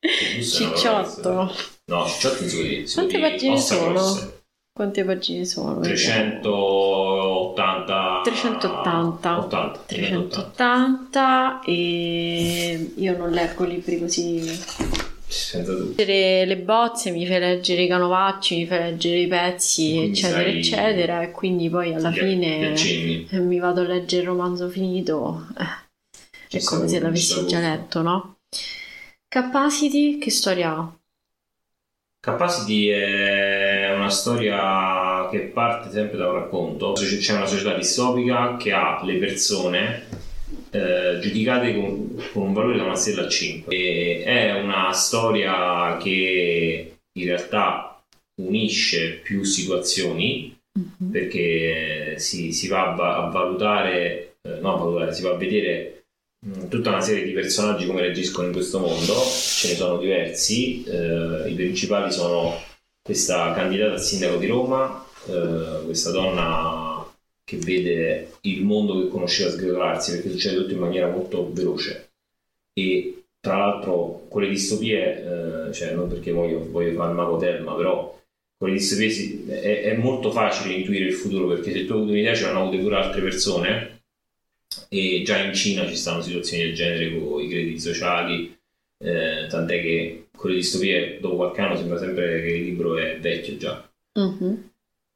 [SPEAKER 2] Robusto è una parola che si può
[SPEAKER 1] cicciotto.
[SPEAKER 2] dire. No, cicciotto non si può dire. si può
[SPEAKER 1] Quante
[SPEAKER 2] dire
[SPEAKER 1] pagine
[SPEAKER 2] ossa
[SPEAKER 1] sono?
[SPEAKER 2] grosse.
[SPEAKER 1] Quante pagine sono?
[SPEAKER 2] 380
[SPEAKER 1] 380.
[SPEAKER 2] 80, 380.
[SPEAKER 1] 380 e io non leggo libri così.
[SPEAKER 2] Senza dubbio.
[SPEAKER 1] Leggere le bozze, mi fai leggere i canovacci, mi fai leggere i pezzi,
[SPEAKER 2] Quindi
[SPEAKER 1] eccetera,
[SPEAKER 2] sai-
[SPEAKER 1] eccetera, e quindi poi alla
[SPEAKER 2] Gli- gli
[SPEAKER 1] fine
[SPEAKER 2] accenni.
[SPEAKER 1] eh, mi vado a leggere il romanzo finito. Eh,
[SPEAKER 2] Ci
[SPEAKER 1] È come
[SPEAKER 2] sta
[SPEAKER 1] se
[SPEAKER 2] un- ci
[SPEAKER 1] l'avessi
[SPEAKER 2] sta
[SPEAKER 1] già
[SPEAKER 2] gusto.
[SPEAKER 1] letto, no? Capacity, che storia ha?
[SPEAKER 2] Capacity è eh, una storia che parte sempre da un racconto. C'è c'è una società distopica che ha le persone eh, giudicate con, con un valore da una stella a 5. E è una storia che in realtà unisce più situazioni Mm-hmm.
[SPEAKER 1] Mhm.
[SPEAKER 2] perché si, si va a, va- a valutare, eh, no, a valutare, si va a vedere mh, tutta una serie di personaggi come reagiscono in questo mondo, ce ne sono diversi, eh, i principali sono questa candidata al sindaco di Roma, eh, questa donna che vede il mondo che conosceva sgretolarsi perché succede tutto in maniera molto veloce e tra l'altro con le distopie, eh, cioè non perché voglio, voglio fare il mago Telma, però con le distopie si- è, è molto facile intuire il futuro perché se tu hai avuto un'idea ce l'hanno avute pure altre persone e già in Cina ci stanno situazioni del genere con i crediti sociali, eh, tant'è che con le distopie dopo qualche anno sembra sempre che il libro è vecchio già.
[SPEAKER 1] Mhm.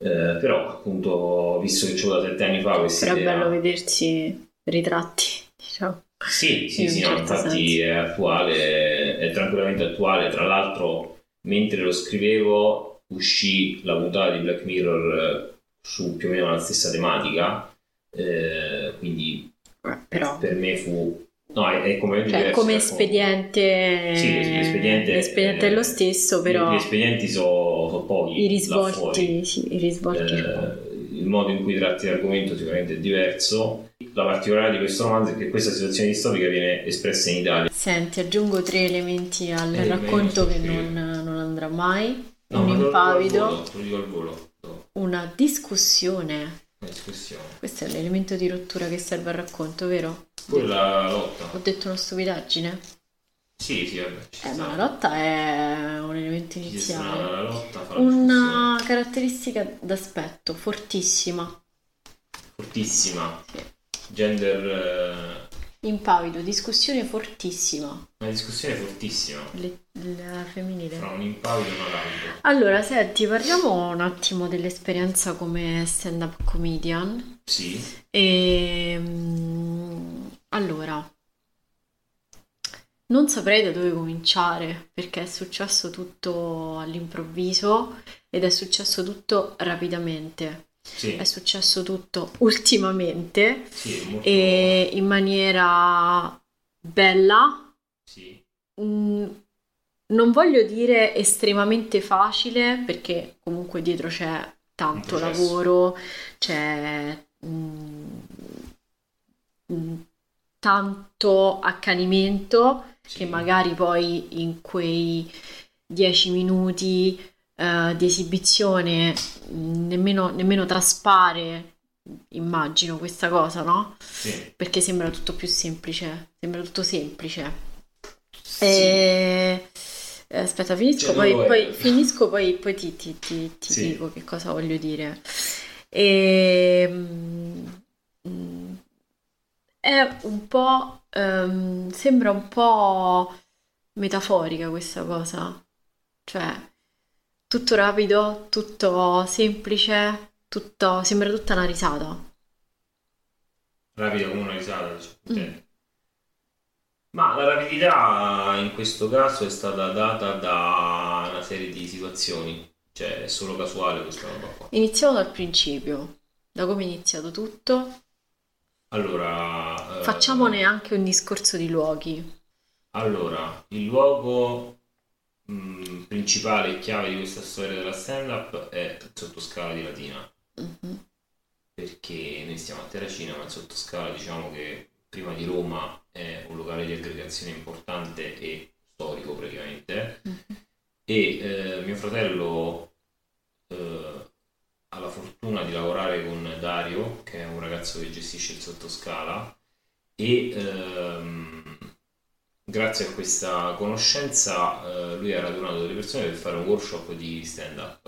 [SPEAKER 2] Eh, però appunto visto che c'ho da sette anni fa questa
[SPEAKER 1] Però è
[SPEAKER 2] idea
[SPEAKER 1] bello vedersi ritratti, diciamo. <laughs>
[SPEAKER 2] sì sì
[SPEAKER 1] in
[SPEAKER 2] sì
[SPEAKER 1] un
[SPEAKER 2] no,
[SPEAKER 1] certo
[SPEAKER 2] infatti
[SPEAKER 1] senso.
[SPEAKER 2] è attuale è tranquillamente attuale tra l'altro mentre lo scrivevo uscì la puntata di Black Mirror eh, su più o meno la stessa tematica eh, quindi
[SPEAKER 1] Eh, Però
[SPEAKER 2] per me fu no è, è completamente
[SPEAKER 1] Cioè,
[SPEAKER 2] diverso,
[SPEAKER 1] come
[SPEAKER 2] ecco.
[SPEAKER 1] espediente,
[SPEAKER 2] Sì, l'espediente-
[SPEAKER 1] l'espediente è lo stesso, però
[SPEAKER 2] gli esperimenti sono so pochi
[SPEAKER 1] i
[SPEAKER 2] là fuori.
[SPEAKER 1] risvolti, sì, i risvolti.
[SPEAKER 2] Eh, il modo in cui tratti l'argomento sicuramente è diverso. La particolare di questo romanzo è che questa situazione distopica viene espressa in Italia.
[SPEAKER 1] Senti, aggiungo tre elementi al
[SPEAKER 2] Elementi,
[SPEAKER 1] racconto che
[SPEAKER 2] sì.
[SPEAKER 1] non, non andrà mai.
[SPEAKER 2] No,
[SPEAKER 1] un
[SPEAKER 2] ma te lo dico al volo,
[SPEAKER 1] impavido,
[SPEAKER 2] te lo dico al volo. No,
[SPEAKER 1] una discussione.
[SPEAKER 2] una discussione.
[SPEAKER 1] Questo è l'elemento di rottura che serve al racconto, vero?
[SPEAKER 2] Pure la
[SPEAKER 1] Ho
[SPEAKER 2] lotta.
[SPEAKER 1] detto una stupidaggine?
[SPEAKER 2] Sì, sì, vabbè. Ci
[SPEAKER 1] Eh,
[SPEAKER 2] sta.
[SPEAKER 1] ma la lotta è un elemento
[SPEAKER 2] Ci sta
[SPEAKER 1] iniziale.
[SPEAKER 2] la lotta fa la discussione.
[SPEAKER 1] Una caratteristica d'aspetto fortissima.
[SPEAKER 2] fortissima.
[SPEAKER 1] Sì.
[SPEAKER 2] Gender. eh,
[SPEAKER 1] Impavido, discussione fortissima.
[SPEAKER 2] Una discussione fortissima.
[SPEAKER 1] Le- la
[SPEAKER 2] Fra
[SPEAKER 1] femminile.
[SPEAKER 2] un impavido e un araldo.
[SPEAKER 1] Allora, senti, parliamo un attimo dell'esperienza come stand-up comedian.
[SPEAKER 2] Sì.
[SPEAKER 1] E, mm, allora, non saprei da dove cominciare perché è successo tutto all'improvviso ed è successo tutto rapidamente.
[SPEAKER 2] Sì.
[SPEAKER 1] È successo tutto ultimamente
[SPEAKER 2] Sì, molto.
[SPEAKER 1] e in maniera bella,
[SPEAKER 2] Sì.
[SPEAKER 1] Mm, non voglio dire estremamente facile, perché comunque dietro c'è tanto
[SPEAKER 2] Un processo.
[SPEAKER 1] lavoro, c'è mm, mm, tanto accanimento
[SPEAKER 2] sì.
[SPEAKER 1] che magari poi in quei dieci minuti eh, di esibizione mm, nemmeno, nemmeno traspare immagino questa cosa, no?
[SPEAKER 2] Sì.
[SPEAKER 1] Perché sembra tutto più semplice, sembra tutto semplice. E- eh, Aspetta, finisco,
[SPEAKER 2] Cioè, non
[SPEAKER 1] poi,
[SPEAKER 2] lo è.
[SPEAKER 1] poi- finisco, poi- poi ti, ti- ti- ti
[SPEAKER 2] Sì.
[SPEAKER 1] dico che cosa voglio dire. Ehm, mm, è un po', ehm, sembra un po' metaforica questa cosa, cioè tutto rapido, tutto semplice, tutto, sembra tutta una risata.
[SPEAKER 2] Rapida come una risata. dice, ok.
[SPEAKER 1] Mm.
[SPEAKER 2] Ma la rapidità in questo caso è stata data da una serie di situazioni. Cioè, è solo casuale questa roba qua.
[SPEAKER 1] Iniziamo dal principio, da come è iniziato tutto.
[SPEAKER 2] Allora, eh,
[SPEAKER 1] Facciamone anche un discorso di luoghi.
[SPEAKER 2] Allora, il luogo mh, principale e chiave di questa storia della stand-up è Sottoscala di Latina,
[SPEAKER 1] Mhm.
[SPEAKER 2] perché noi stiamo a Terracina, ma Sottoscala diciamo che prima di Roma è un locale di aggregazione importante e storico praticamente, e eh, mio fratello eh, ha la fortuna di lavorare con Dario, che è un ragazzo che gestisce il sottoscala, e ehm, grazie a questa conoscenza eh, lui ha radunato delle persone per fare un workshop di stand-up,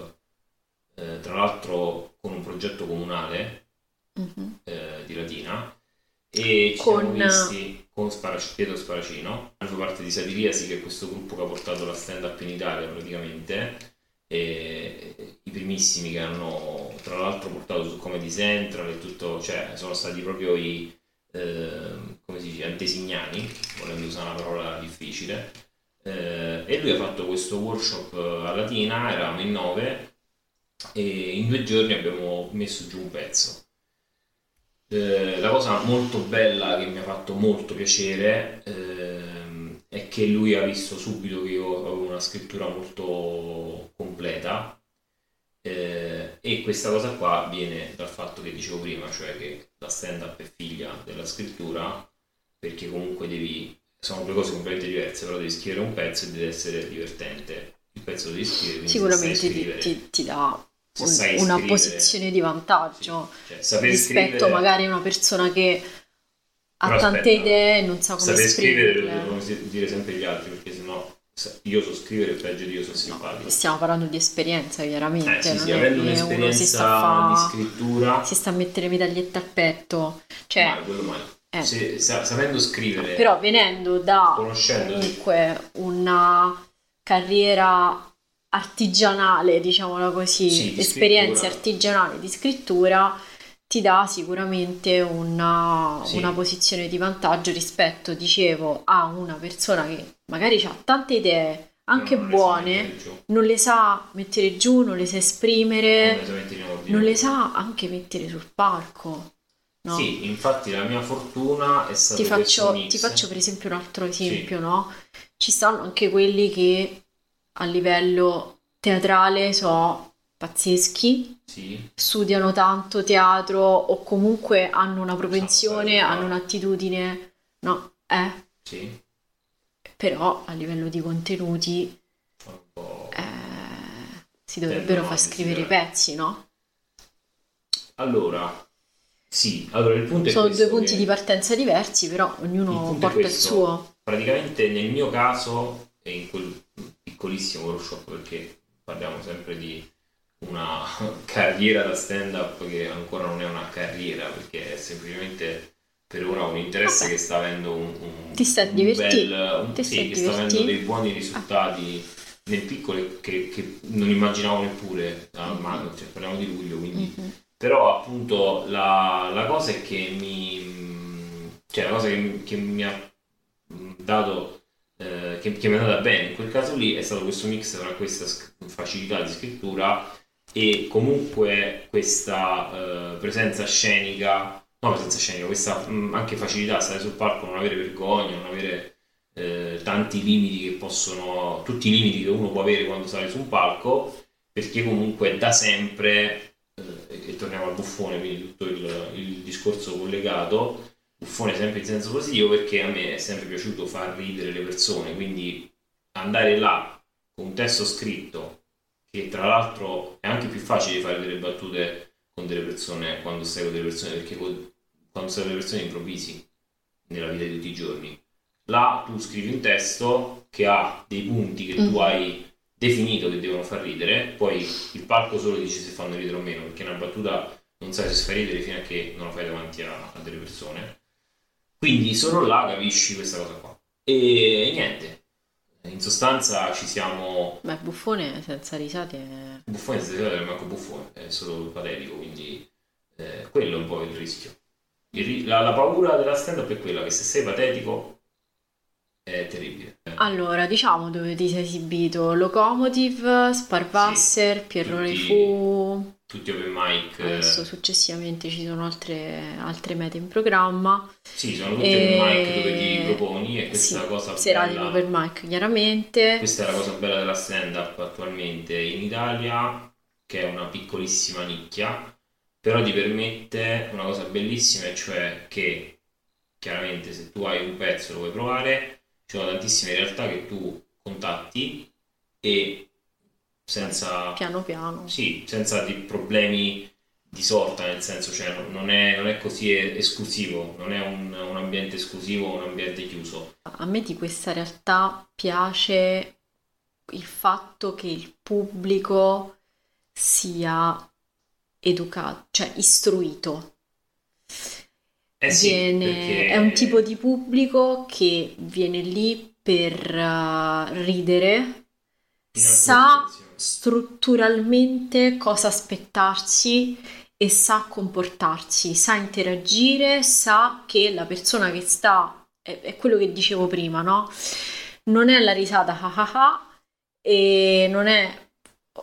[SPEAKER 2] Eh, tra l'altro con un progetto comunale
[SPEAKER 1] Mhm.
[SPEAKER 2] eh, di Latina. E ci
[SPEAKER 1] Con-
[SPEAKER 2] siamo visti con Sparac- Pietro Sparacino, hanno parte di Satiriasi, che è questo gruppo che ha portato la stand up in Italia praticamente. E- e- I primissimi che hanno tra l'altro portato su Comedy Central e tutto, cioè sono stati proprio i ehm, come si dice, antesignani, volendo usare una parola difficile. Eh, e lui ha fatto questo workshop eh, a Latina, eravamo in nove e in due giorni abbiamo messo giù un pezzo. Eh, la cosa molto bella che mi ha fatto molto piacere ehm, è che lui ha visto subito che io avevo una scrittura molto completa eh, e questa cosa qua viene dal fatto che dicevo prima, cioè che la stand up è figlia della scrittura perché comunque devi, sono due cose completamente diverse, però devi scrivere un pezzo e deve essere divertente. Il pezzo lo devi scrivere, quindi se sai
[SPEAKER 1] Sicuramente ti,
[SPEAKER 2] scrivere-
[SPEAKER 1] ti- ti dà
[SPEAKER 2] se
[SPEAKER 1] un-
[SPEAKER 2] sai
[SPEAKER 1] una
[SPEAKER 2] scrivere-
[SPEAKER 1] posizione di vantaggio
[SPEAKER 2] Sì, cioè, saper
[SPEAKER 1] rispetto
[SPEAKER 2] scrivere-
[SPEAKER 1] magari a una persona che ha
[SPEAKER 2] Però
[SPEAKER 1] tante
[SPEAKER 2] aspetta,
[SPEAKER 1] idee e non sa come
[SPEAKER 2] Sapere scrivere lo
[SPEAKER 1] esprimerle.
[SPEAKER 2] devono si- dire sempre gli altri, perché sennò se- io so scrivere peggio di io sono simpatico.
[SPEAKER 1] Stiamo parlando di esperienza, chiaramente,
[SPEAKER 2] Eh, sì,
[SPEAKER 1] non
[SPEAKER 2] sì,
[SPEAKER 1] è
[SPEAKER 2] avendo
[SPEAKER 1] che uno si sta
[SPEAKER 2] un'esperienza
[SPEAKER 1] a
[SPEAKER 2] di
[SPEAKER 1] fa-
[SPEAKER 2] scrittura,
[SPEAKER 1] si sta a mettere medagliette al petto, cioè,
[SPEAKER 2] mai, quello mai.
[SPEAKER 1] eh.
[SPEAKER 2] Se- sa- sapendo scrivere,
[SPEAKER 1] però venendo da
[SPEAKER 2] conoscendo,
[SPEAKER 1] comunque una carriera artigianale, diciamola così,
[SPEAKER 2] Sì, di
[SPEAKER 1] esperienze
[SPEAKER 2] scrittura.
[SPEAKER 1] artigianali di scrittura, ti dà sicuramente una,
[SPEAKER 2] Sì.
[SPEAKER 1] una posizione di vantaggio rispetto, dicevo, a una persona che magari ha tante idee, anche
[SPEAKER 2] non le sa
[SPEAKER 1] buone,
[SPEAKER 2] mettere giù,
[SPEAKER 1] non le sa mettere giù, non le sa
[SPEAKER 2] non
[SPEAKER 1] esprimere,
[SPEAKER 2] le sa mettere in ordine.
[SPEAKER 1] eh, non le sa anche mettere sul palco. No?
[SPEAKER 2] Sì, infatti la mia fortuna è stata
[SPEAKER 1] ti faccio,
[SPEAKER 2] questo mix.
[SPEAKER 1] ti faccio per esempio un altro esempio, no? Ci stanno anche quelli che a livello teatrale sono pazzeschi,
[SPEAKER 2] Sì,
[SPEAKER 1] studiano tanto teatro o comunque hanno una propensione,
[SPEAKER 2] fare,
[SPEAKER 1] hanno un'attitudine, no? Eh,
[SPEAKER 2] sì,
[SPEAKER 1] però a livello di contenuti
[SPEAKER 2] sono un po'...
[SPEAKER 1] eh, si
[SPEAKER 2] Beh,
[SPEAKER 1] dovrebbero
[SPEAKER 2] no,
[SPEAKER 1] far scrivere i
[SPEAKER 2] desidera-
[SPEAKER 1] pezzi, no?
[SPEAKER 2] Allora, sì, allora il punto è
[SPEAKER 1] Sono
[SPEAKER 2] questo
[SPEAKER 1] due punti
[SPEAKER 2] che-
[SPEAKER 1] di partenza diversi, però
[SPEAKER 2] Il
[SPEAKER 1] ognuno
[SPEAKER 2] punto è
[SPEAKER 1] porta il
[SPEAKER 2] questo.
[SPEAKER 1] suo.
[SPEAKER 2] praticamente nel mio caso e in quel piccolissimo workshop perché parliamo sempre di una <laughs> carriera da stand up che ancora non è una carriera perché è semplicemente per ora un interesse
[SPEAKER 1] Vabbè.
[SPEAKER 2] che sta avendo un, un-
[SPEAKER 1] Ti stai
[SPEAKER 2] un
[SPEAKER 1] divertendo,
[SPEAKER 2] bel- un-
[SPEAKER 1] ti Ah.
[SPEAKER 2] sì,
[SPEAKER 1] stai
[SPEAKER 2] che sta avendo
[SPEAKER 1] divertendo.
[SPEAKER 2] dei buoni risultati nel piccolo che, che non immaginavo neppure a maggio, cioè parliamo di luglio quindi
[SPEAKER 1] Mhm.
[SPEAKER 2] però appunto la, la cosa è che mi cioè la cosa che, mi- che mi ha dato eh, che, che mi è andata bene in quel caso lì è stato questo mix tra questa sc- facilità di scrittura e comunque questa eh, presenza scenica no presenza scenica questa mh, anche facilità a stare sul palco non avere vergogna non avere eh, tanti limiti che possono tutti i limiti che uno può avere quando sale su un palco perché comunque da sempre eh, e, e torniamo al buffone, quindi tutto il, il discorso collegato. Buffone sempre in senso positivo perché a me è sempre piaciuto far ridere le persone, quindi andare là con un testo scritto, che tra l'altro è anche più facile fare delle battute con delle persone quando stai con delle persone, perché con- quando stai con delle persone improvvisi nella vita di tutti i giorni. Là tu scrivi un testo che ha dei punti che
[SPEAKER 1] Mhm.
[SPEAKER 2] tu hai definito che devono far ridere, poi il palco solo dici se fanno ridere o meno, perché una battuta non sai se fa ridere fino a che non la fai davanti a, a delle persone. Quindi solo là capisci questa cosa qua. E niente, in sostanza ci siamo
[SPEAKER 1] Beh, buffone senza risate è...
[SPEAKER 2] Buffone stasera non è manco buffone, è solo patetico, quindi eh, quello è un po' il rischio. Il ri- la, la paura della stand-up è quella che se sei patetico è terribile.
[SPEAKER 1] Allora, diciamo dove ti sei esibito. Locomotive, Sparvasser, Pierrone
[SPEAKER 2] tutti-
[SPEAKER 1] Fu...
[SPEAKER 2] Tutti open mic, eh,
[SPEAKER 1] Adesso successivamente ci sono altre, altre mete in programma,
[SPEAKER 2] sì, sono tutti
[SPEAKER 1] E-
[SPEAKER 2] open mic dove ti proponi e questa è
[SPEAKER 1] sì,
[SPEAKER 2] la cosa
[SPEAKER 1] serate
[SPEAKER 2] bella.
[SPEAKER 1] in open mic chiaramente,
[SPEAKER 2] Questa è la cosa bella della stand-up attualmente in Italia, che è una piccolissima nicchia, però ti permette una cosa bellissima, e cioè che chiaramente se tu hai un pezzo e lo vuoi provare, ci sono tantissime realtà che tu contatti e senza
[SPEAKER 1] piano piano.
[SPEAKER 2] sì, senza di- problemi di sorta, nel senso, cioè, non- non è, non è così esclusivo, non è un, un ambiente esclusivo, un ambiente chiuso.
[SPEAKER 1] A me di questa realtà piace il fatto che il pubblico sia educato, cioè istruito.
[SPEAKER 2] Eh sì,
[SPEAKER 1] Viene-
[SPEAKER 2] perché-
[SPEAKER 1] È un tipo di pubblico che viene lì per eh, ridere,
[SPEAKER 2] in alcune
[SPEAKER 1] sa
[SPEAKER 2] situazioni.
[SPEAKER 1] strutturalmente cosa aspettarsi e sa comportarsi, sa interagire, sa che la persona che sta, è, è quello che dicevo prima, no? Non è la risata ha ha ha e non è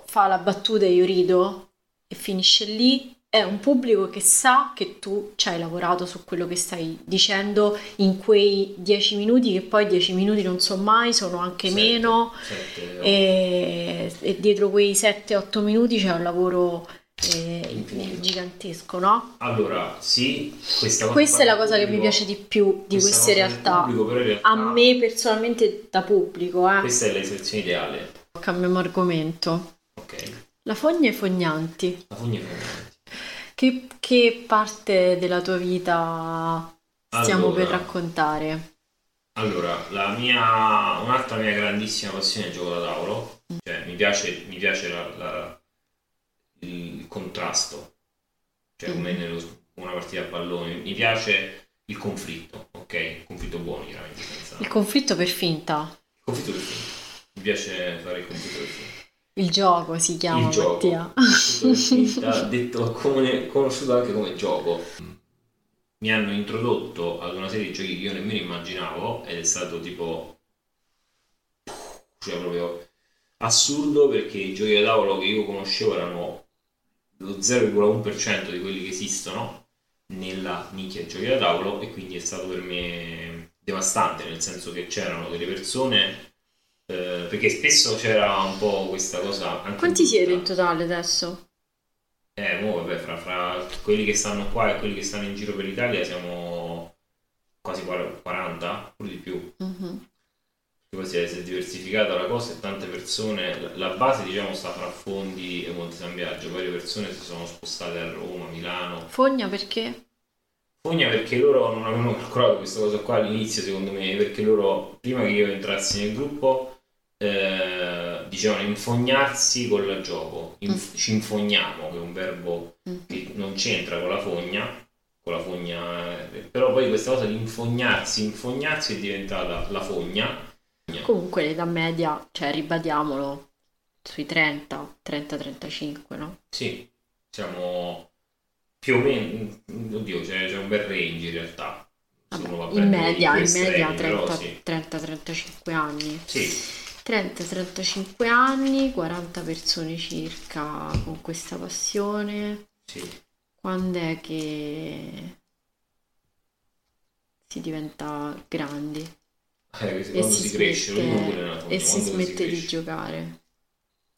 [SPEAKER 1] fa la battuta e io rido e finisce lì. È un pubblico che sa che tu ci hai lavorato su quello che stai dicendo in quei dieci minuti, che poi dieci minuti non so mai, sono anche
[SPEAKER 2] Sette,
[SPEAKER 1] meno
[SPEAKER 2] sette,
[SPEAKER 1] e, e dietro quei 7-8 minuti c'è un lavoro eh,
[SPEAKER 2] Infinito.
[SPEAKER 1] gigantesco, no?
[SPEAKER 2] Allora, sì, questa cosa
[SPEAKER 1] Questa è la
[SPEAKER 2] qua
[SPEAKER 1] cosa che mi
[SPEAKER 2] pubblico-
[SPEAKER 1] piace di più di
[SPEAKER 2] questa
[SPEAKER 1] queste
[SPEAKER 2] cosa del
[SPEAKER 1] realtà.
[SPEAKER 2] pubblico, però in realtà
[SPEAKER 1] A me personalmente da pubblico, eh.
[SPEAKER 2] questa è la situazione ideale.
[SPEAKER 1] Cambiamo argomento.
[SPEAKER 2] Ok.
[SPEAKER 1] La fogna e i fognanti.
[SPEAKER 2] La fogna è fondamentale.
[SPEAKER 1] Che, che parte della tua vita stiamo
[SPEAKER 2] Allora.
[SPEAKER 1] per raccontare?
[SPEAKER 2] Allora, la mia un'altra mia grandissima passione è il gioco da tavolo,
[SPEAKER 1] Mm.
[SPEAKER 2] cioè mi piace, mi piace la- la- il contrasto, cioè come
[SPEAKER 1] Mm.
[SPEAKER 2] nello, una partita a pallone, mi piace il conflitto, ok? Il conflitto buono chiaramente, senza...
[SPEAKER 1] Il
[SPEAKER 2] il
[SPEAKER 1] conflitto per finta.
[SPEAKER 2] conflitto del film, mi piace fare il conflitto del film.
[SPEAKER 1] Il gioco si chiama,
[SPEAKER 2] il gioco
[SPEAKER 1] Mattia.
[SPEAKER 2] Tutto è finta, detto come- conosciuto anche come gioco mi hanno introdotto ad una serie di giochi che io nemmeno immaginavo ed è stato tipo cioè proprio assurdo perché i giochi da tavolo che io conoscevo erano lo 0,1% di quelli che esistono nella nicchia dei giochi da tavolo e quindi è stato per me devastante nel senso che c'erano delle persone eh, perché spesso c'era un po' questa cosa anche
[SPEAKER 1] Quanti siete in
[SPEAKER 2] brutta.
[SPEAKER 1] totale adesso?
[SPEAKER 2] Eh, mo, vabbè, fra, fra quelli che stanno qua e quelli che stanno in giro per l'Italia siamo quasi quar- 40, pure di più.
[SPEAKER 1] Mhm.
[SPEAKER 2] Perché Poi si è, si è diversificata la cosa e tante persone, la- la base diciamo sta fra Fondi e Monte San Biagio, poi le persone si sono spostate a Roma, Milano.
[SPEAKER 1] Fogna perché?
[SPEAKER 2] Fogna perché loro non avevano calcolato questa cosa qua all'inizio, secondo me, perché loro, prima che io entrassi nel gruppo, eh, dicevano infognarsi col gioco,
[SPEAKER 1] Mm.
[SPEAKER 2] Inf- ci infogniamo, che è un verbo
[SPEAKER 1] Mhm.
[SPEAKER 2] che non c'entra con la fogna, con la fogna, eh, però poi questa cosa di infognarsi, infognarsi è diventata la fogna.
[SPEAKER 1] Comunque l'età media, cioè ribadiamolo, sui 30, 30-35, no?
[SPEAKER 2] Sì, siamo più o meno, oddio, c'è, c'è un bel range in realtà. Se
[SPEAKER 1] Vabbè,
[SPEAKER 2] uno va a
[SPEAKER 1] in
[SPEAKER 2] prendere
[SPEAKER 1] media, in
[SPEAKER 2] questi
[SPEAKER 1] media
[SPEAKER 2] range, però
[SPEAKER 1] 30,
[SPEAKER 2] sì.
[SPEAKER 1] 30-35 anni.
[SPEAKER 2] Sì,
[SPEAKER 1] 30-35 anni, 40 persone circa con questa passione.
[SPEAKER 2] sì.
[SPEAKER 1] Quando è che si diventa grandi
[SPEAKER 2] Eh,
[SPEAKER 1] e
[SPEAKER 2] quando
[SPEAKER 1] si
[SPEAKER 2] si, cresce,
[SPEAKER 1] smette,
[SPEAKER 2] ognuno pure nella fogna,
[SPEAKER 1] e si
[SPEAKER 2] quando
[SPEAKER 1] smette di
[SPEAKER 2] cresce.
[SPEAKER 1] giocare?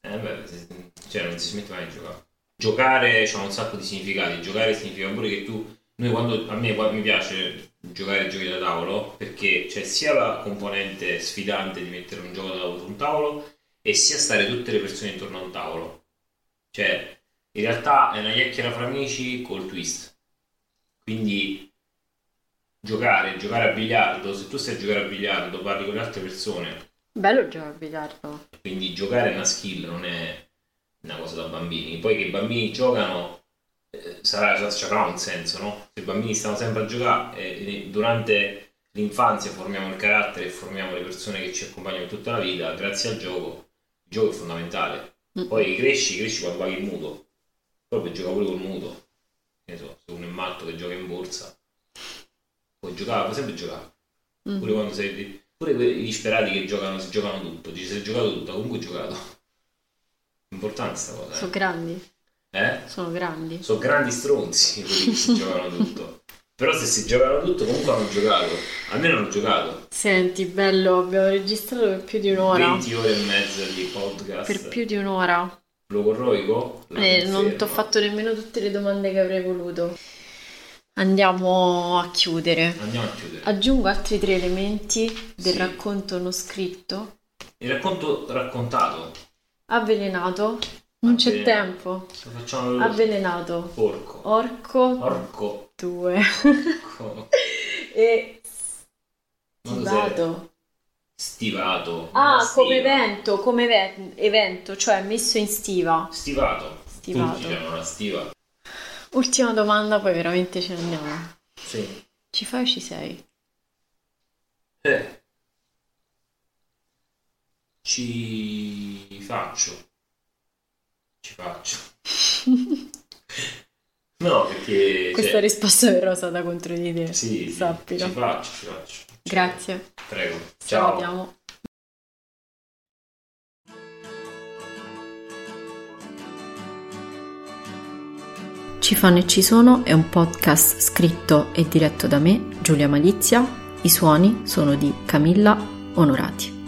[SPEAKER 2] Eh beh, se- cioè non si smette mai di giocare. Giocare ha un sacco di significati. Giocare significa pure che tu. Noi quando, a me qua- mi piace giocare ai giochi da tavolo perché c'è sia la componente sfidante di mettere un gioco da tavolo su un tavolo e sia stare tutte le persone intorno a un tavolo. Cioè, In realtà è una chiacchiera fra amici col twist. Quindi giocare, giocare a biliardo, se tu stai a giocare a biliardo parli con le altre persone,
[SPEAKER 1] Bello giocare a biliardo.
[SPEAKER 2] quindi giocare è una skill, non è una cosa da bambini. Poi che i bambini giocano eh, sarà, ci avrà un senso, no? Se i bambini stanno sempre a giocare, eh, durante l'infanzia formiamo il carattere, formiamo le persone che ci accompagnano tutta la vita, grazie al gioco. Il gioco è fondamentale.
[SPEAKER 1] Mm.
[SPEAKER 2] Poi cresci, cresci quando paghi il mutuo. Proprio gioca pure col mutuo. Che ne so, se uno è matto che gioca in borsa, puoi giocare, puoi sempre giocare
[SPEAKER 1] Mm.
[SPEAKER 2] pure quando sei pure quei disperati che giocano si giocano tutto dici se hai giocato tutto comunque hai giocato <laughs> importante sta cosa
[SPEAKER 1] Sono
[SPEAKER 2] eh?
[SPEAKER 1] grandi,
[SPEAKER 2] eh?
[SPEAKER 1] sono grandi.
[SPEAKER 2] sono grandi stronzi <laughs> quelli
[SPEAKER 1] <laughs>
[SPEAKER 2] che si giocano tutto però se si giocano tutto comunque hanno giocato almeno hanno giocato
[SPEAKER 1] Senti, bello, abbiamo registrato per più di un'ora.
[SPEAKER 2] 20 ore e mezza di podcast
[SPEAKER 1] Per più di un'ora.
[SPEAKER 2] logorroico la
[SPEAKER 1] Eh, non
[SPEAKER 2] confermo.
[SPEAKER 1] ti ho fatto nemmeno tutte le domande che avrei voluto. Andiamo a chiudere.
[SPEAKER 2] andiamo a chiudere
[SPEAKER 1] Aggiungo altri tre elementi del
[SPEAKER 2] Sì.
[SPEAKER 1] racconto non scritto.
[SPEAKER 2] il racconto raccontato
[SPEAKER 1] Avvelenato. Non c'è
[SPEAKER 2] Avvelenato.
[SPEAKER 1] tempo.
[SPEAKER 2] Sto facciamo
[SPEAKER 1] Avvelenato.
[SPEAKER 2] porco Ah.
[SPEAKER 1] Orco.
[SPEAKER 2] porco
[SPEAKER 1] 2
[SPEAKER 2] porco.
[SPEAKER 1] <laughs> e
[SPEAKER 2] Non lo so se-
[SPEAKER 1] stivato.
[SPEAKER 2] stivato
[SPEAKER 1] Ah,
[SPEAKER 2] una
[SPEAKER 1] come
[SPEAKER 2] stiva.
[SPEAKER 1] evento, come ve- evento, cioè messo in stiva.
[SPEAKER 2] stivato
[SPEAKER 1] Stivato.
[SPEAKER 2] tutti hanno una stiva
[SPEAKER 1] Ultima domanda, poi veramente ce ne andiamo.
[SPEAKER 2] sì
[SPEAKER 1] Ci fai o ci sei?
[SPEAKER 2] Eh. Ci faccio. Ci
[SPEAKER 1] <laughs>
[SPEAKER 2] faccio. No, perché...
[SPEAKER 1] Questa
[SPEAKER 2] cioè,
[SPEAKER 1] risposta è rosa da contro di te.
[SPEAKER 2] Sì, sì,
[SPEAKER 1] sappilo.
[SPEAKER 2] ci faccio, ci faccio. Cioè,
[SPEAKER 1] Grazie.
[SPEAKER 2] Prego.
[SPEAKER 1] Ci
[SPEAKER 2] Ciao.
[SPEAKER 1] vediamo.
[SPEAKER 3] Ci fanno e ci sono è un podcast scritto e diretto da me, Giulia Malizia. I suoni sono di Camilla Onorati.